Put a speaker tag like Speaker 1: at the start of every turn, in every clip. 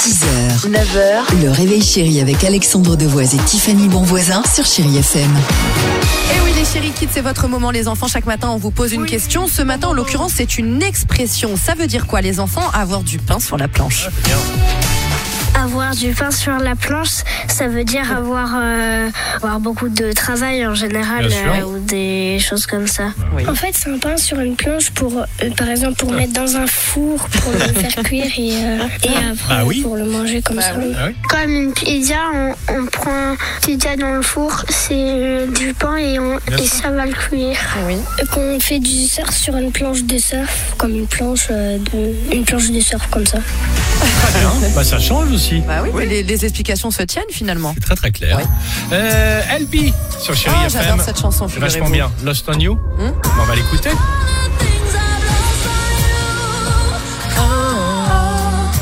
Speaker 1: 6h, 9h, le réveil chéri avec Alexandre Devoise et Tiffany Bonvoisin sur Chéri FM.
Speaker 2: Et oui, les chéri kids, c'est votre moment, les enfants. Chaque matin, on vous pose une question. Ce matin, en l'occurrence, c'est une expression. Ça veut dire quoi, les enfants Avoir du pain sur la planche.
Speaker 3: Avoir du pain sur la planche, ça veut dire avoir, euh, avoir beaucoup de travail en général
Speaker 4: Bien sûr. Ah
Speaker 3: euh, ou des choses comme ça. En fait, c'est un pain sur une planche pour, euh, par exemple, pour mettre dans un four, pour le faire cuire et, après
Speaker 4: Bah oui. pour
Speaker 3: le manger comme ça.
Speaker 4: Ah oui.
Speaker 3: Comme une pizza, on, on prend pizza dans le four, c'est euh, du pain et, on,
Speaker 4: Bien
Speaker 3: et
Speaker 4: sûr.
Speaker 3: ça va le cuire.
Speaker 2: Oui.
Speaker 3: Qu'on fait du surf sur une planche de surf, comme une planche euh, de une planche de surf comme ça.
Speaker 4: Très bien. Bah, ça change aussi.
Speaker 2: Bah oui, mais les, les explications se tiennent finalement.
Speaker 4: C'est très très clair.
Speaker 2: Ouais.
Speaker 4: Euh, LP sur Chéri
Speaker 2: Ah,
Speaker 4: FM.
Speaker 2: j'adore cette chanson.
Speaker 4: C'est vachement
Speaker 2: figurez-vous. Hmm
Speaker 4: bien. Lost on You. Bon, on va l'écouter.
Speaker 2: Ah,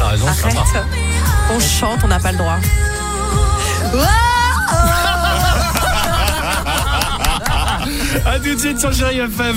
Speaker 4: T'as raison, c'est sympa.
Speaker 2: Arrête. On chante, on n'a pas le droit.
Speaker 4: À tout de suite sur Chéri FM.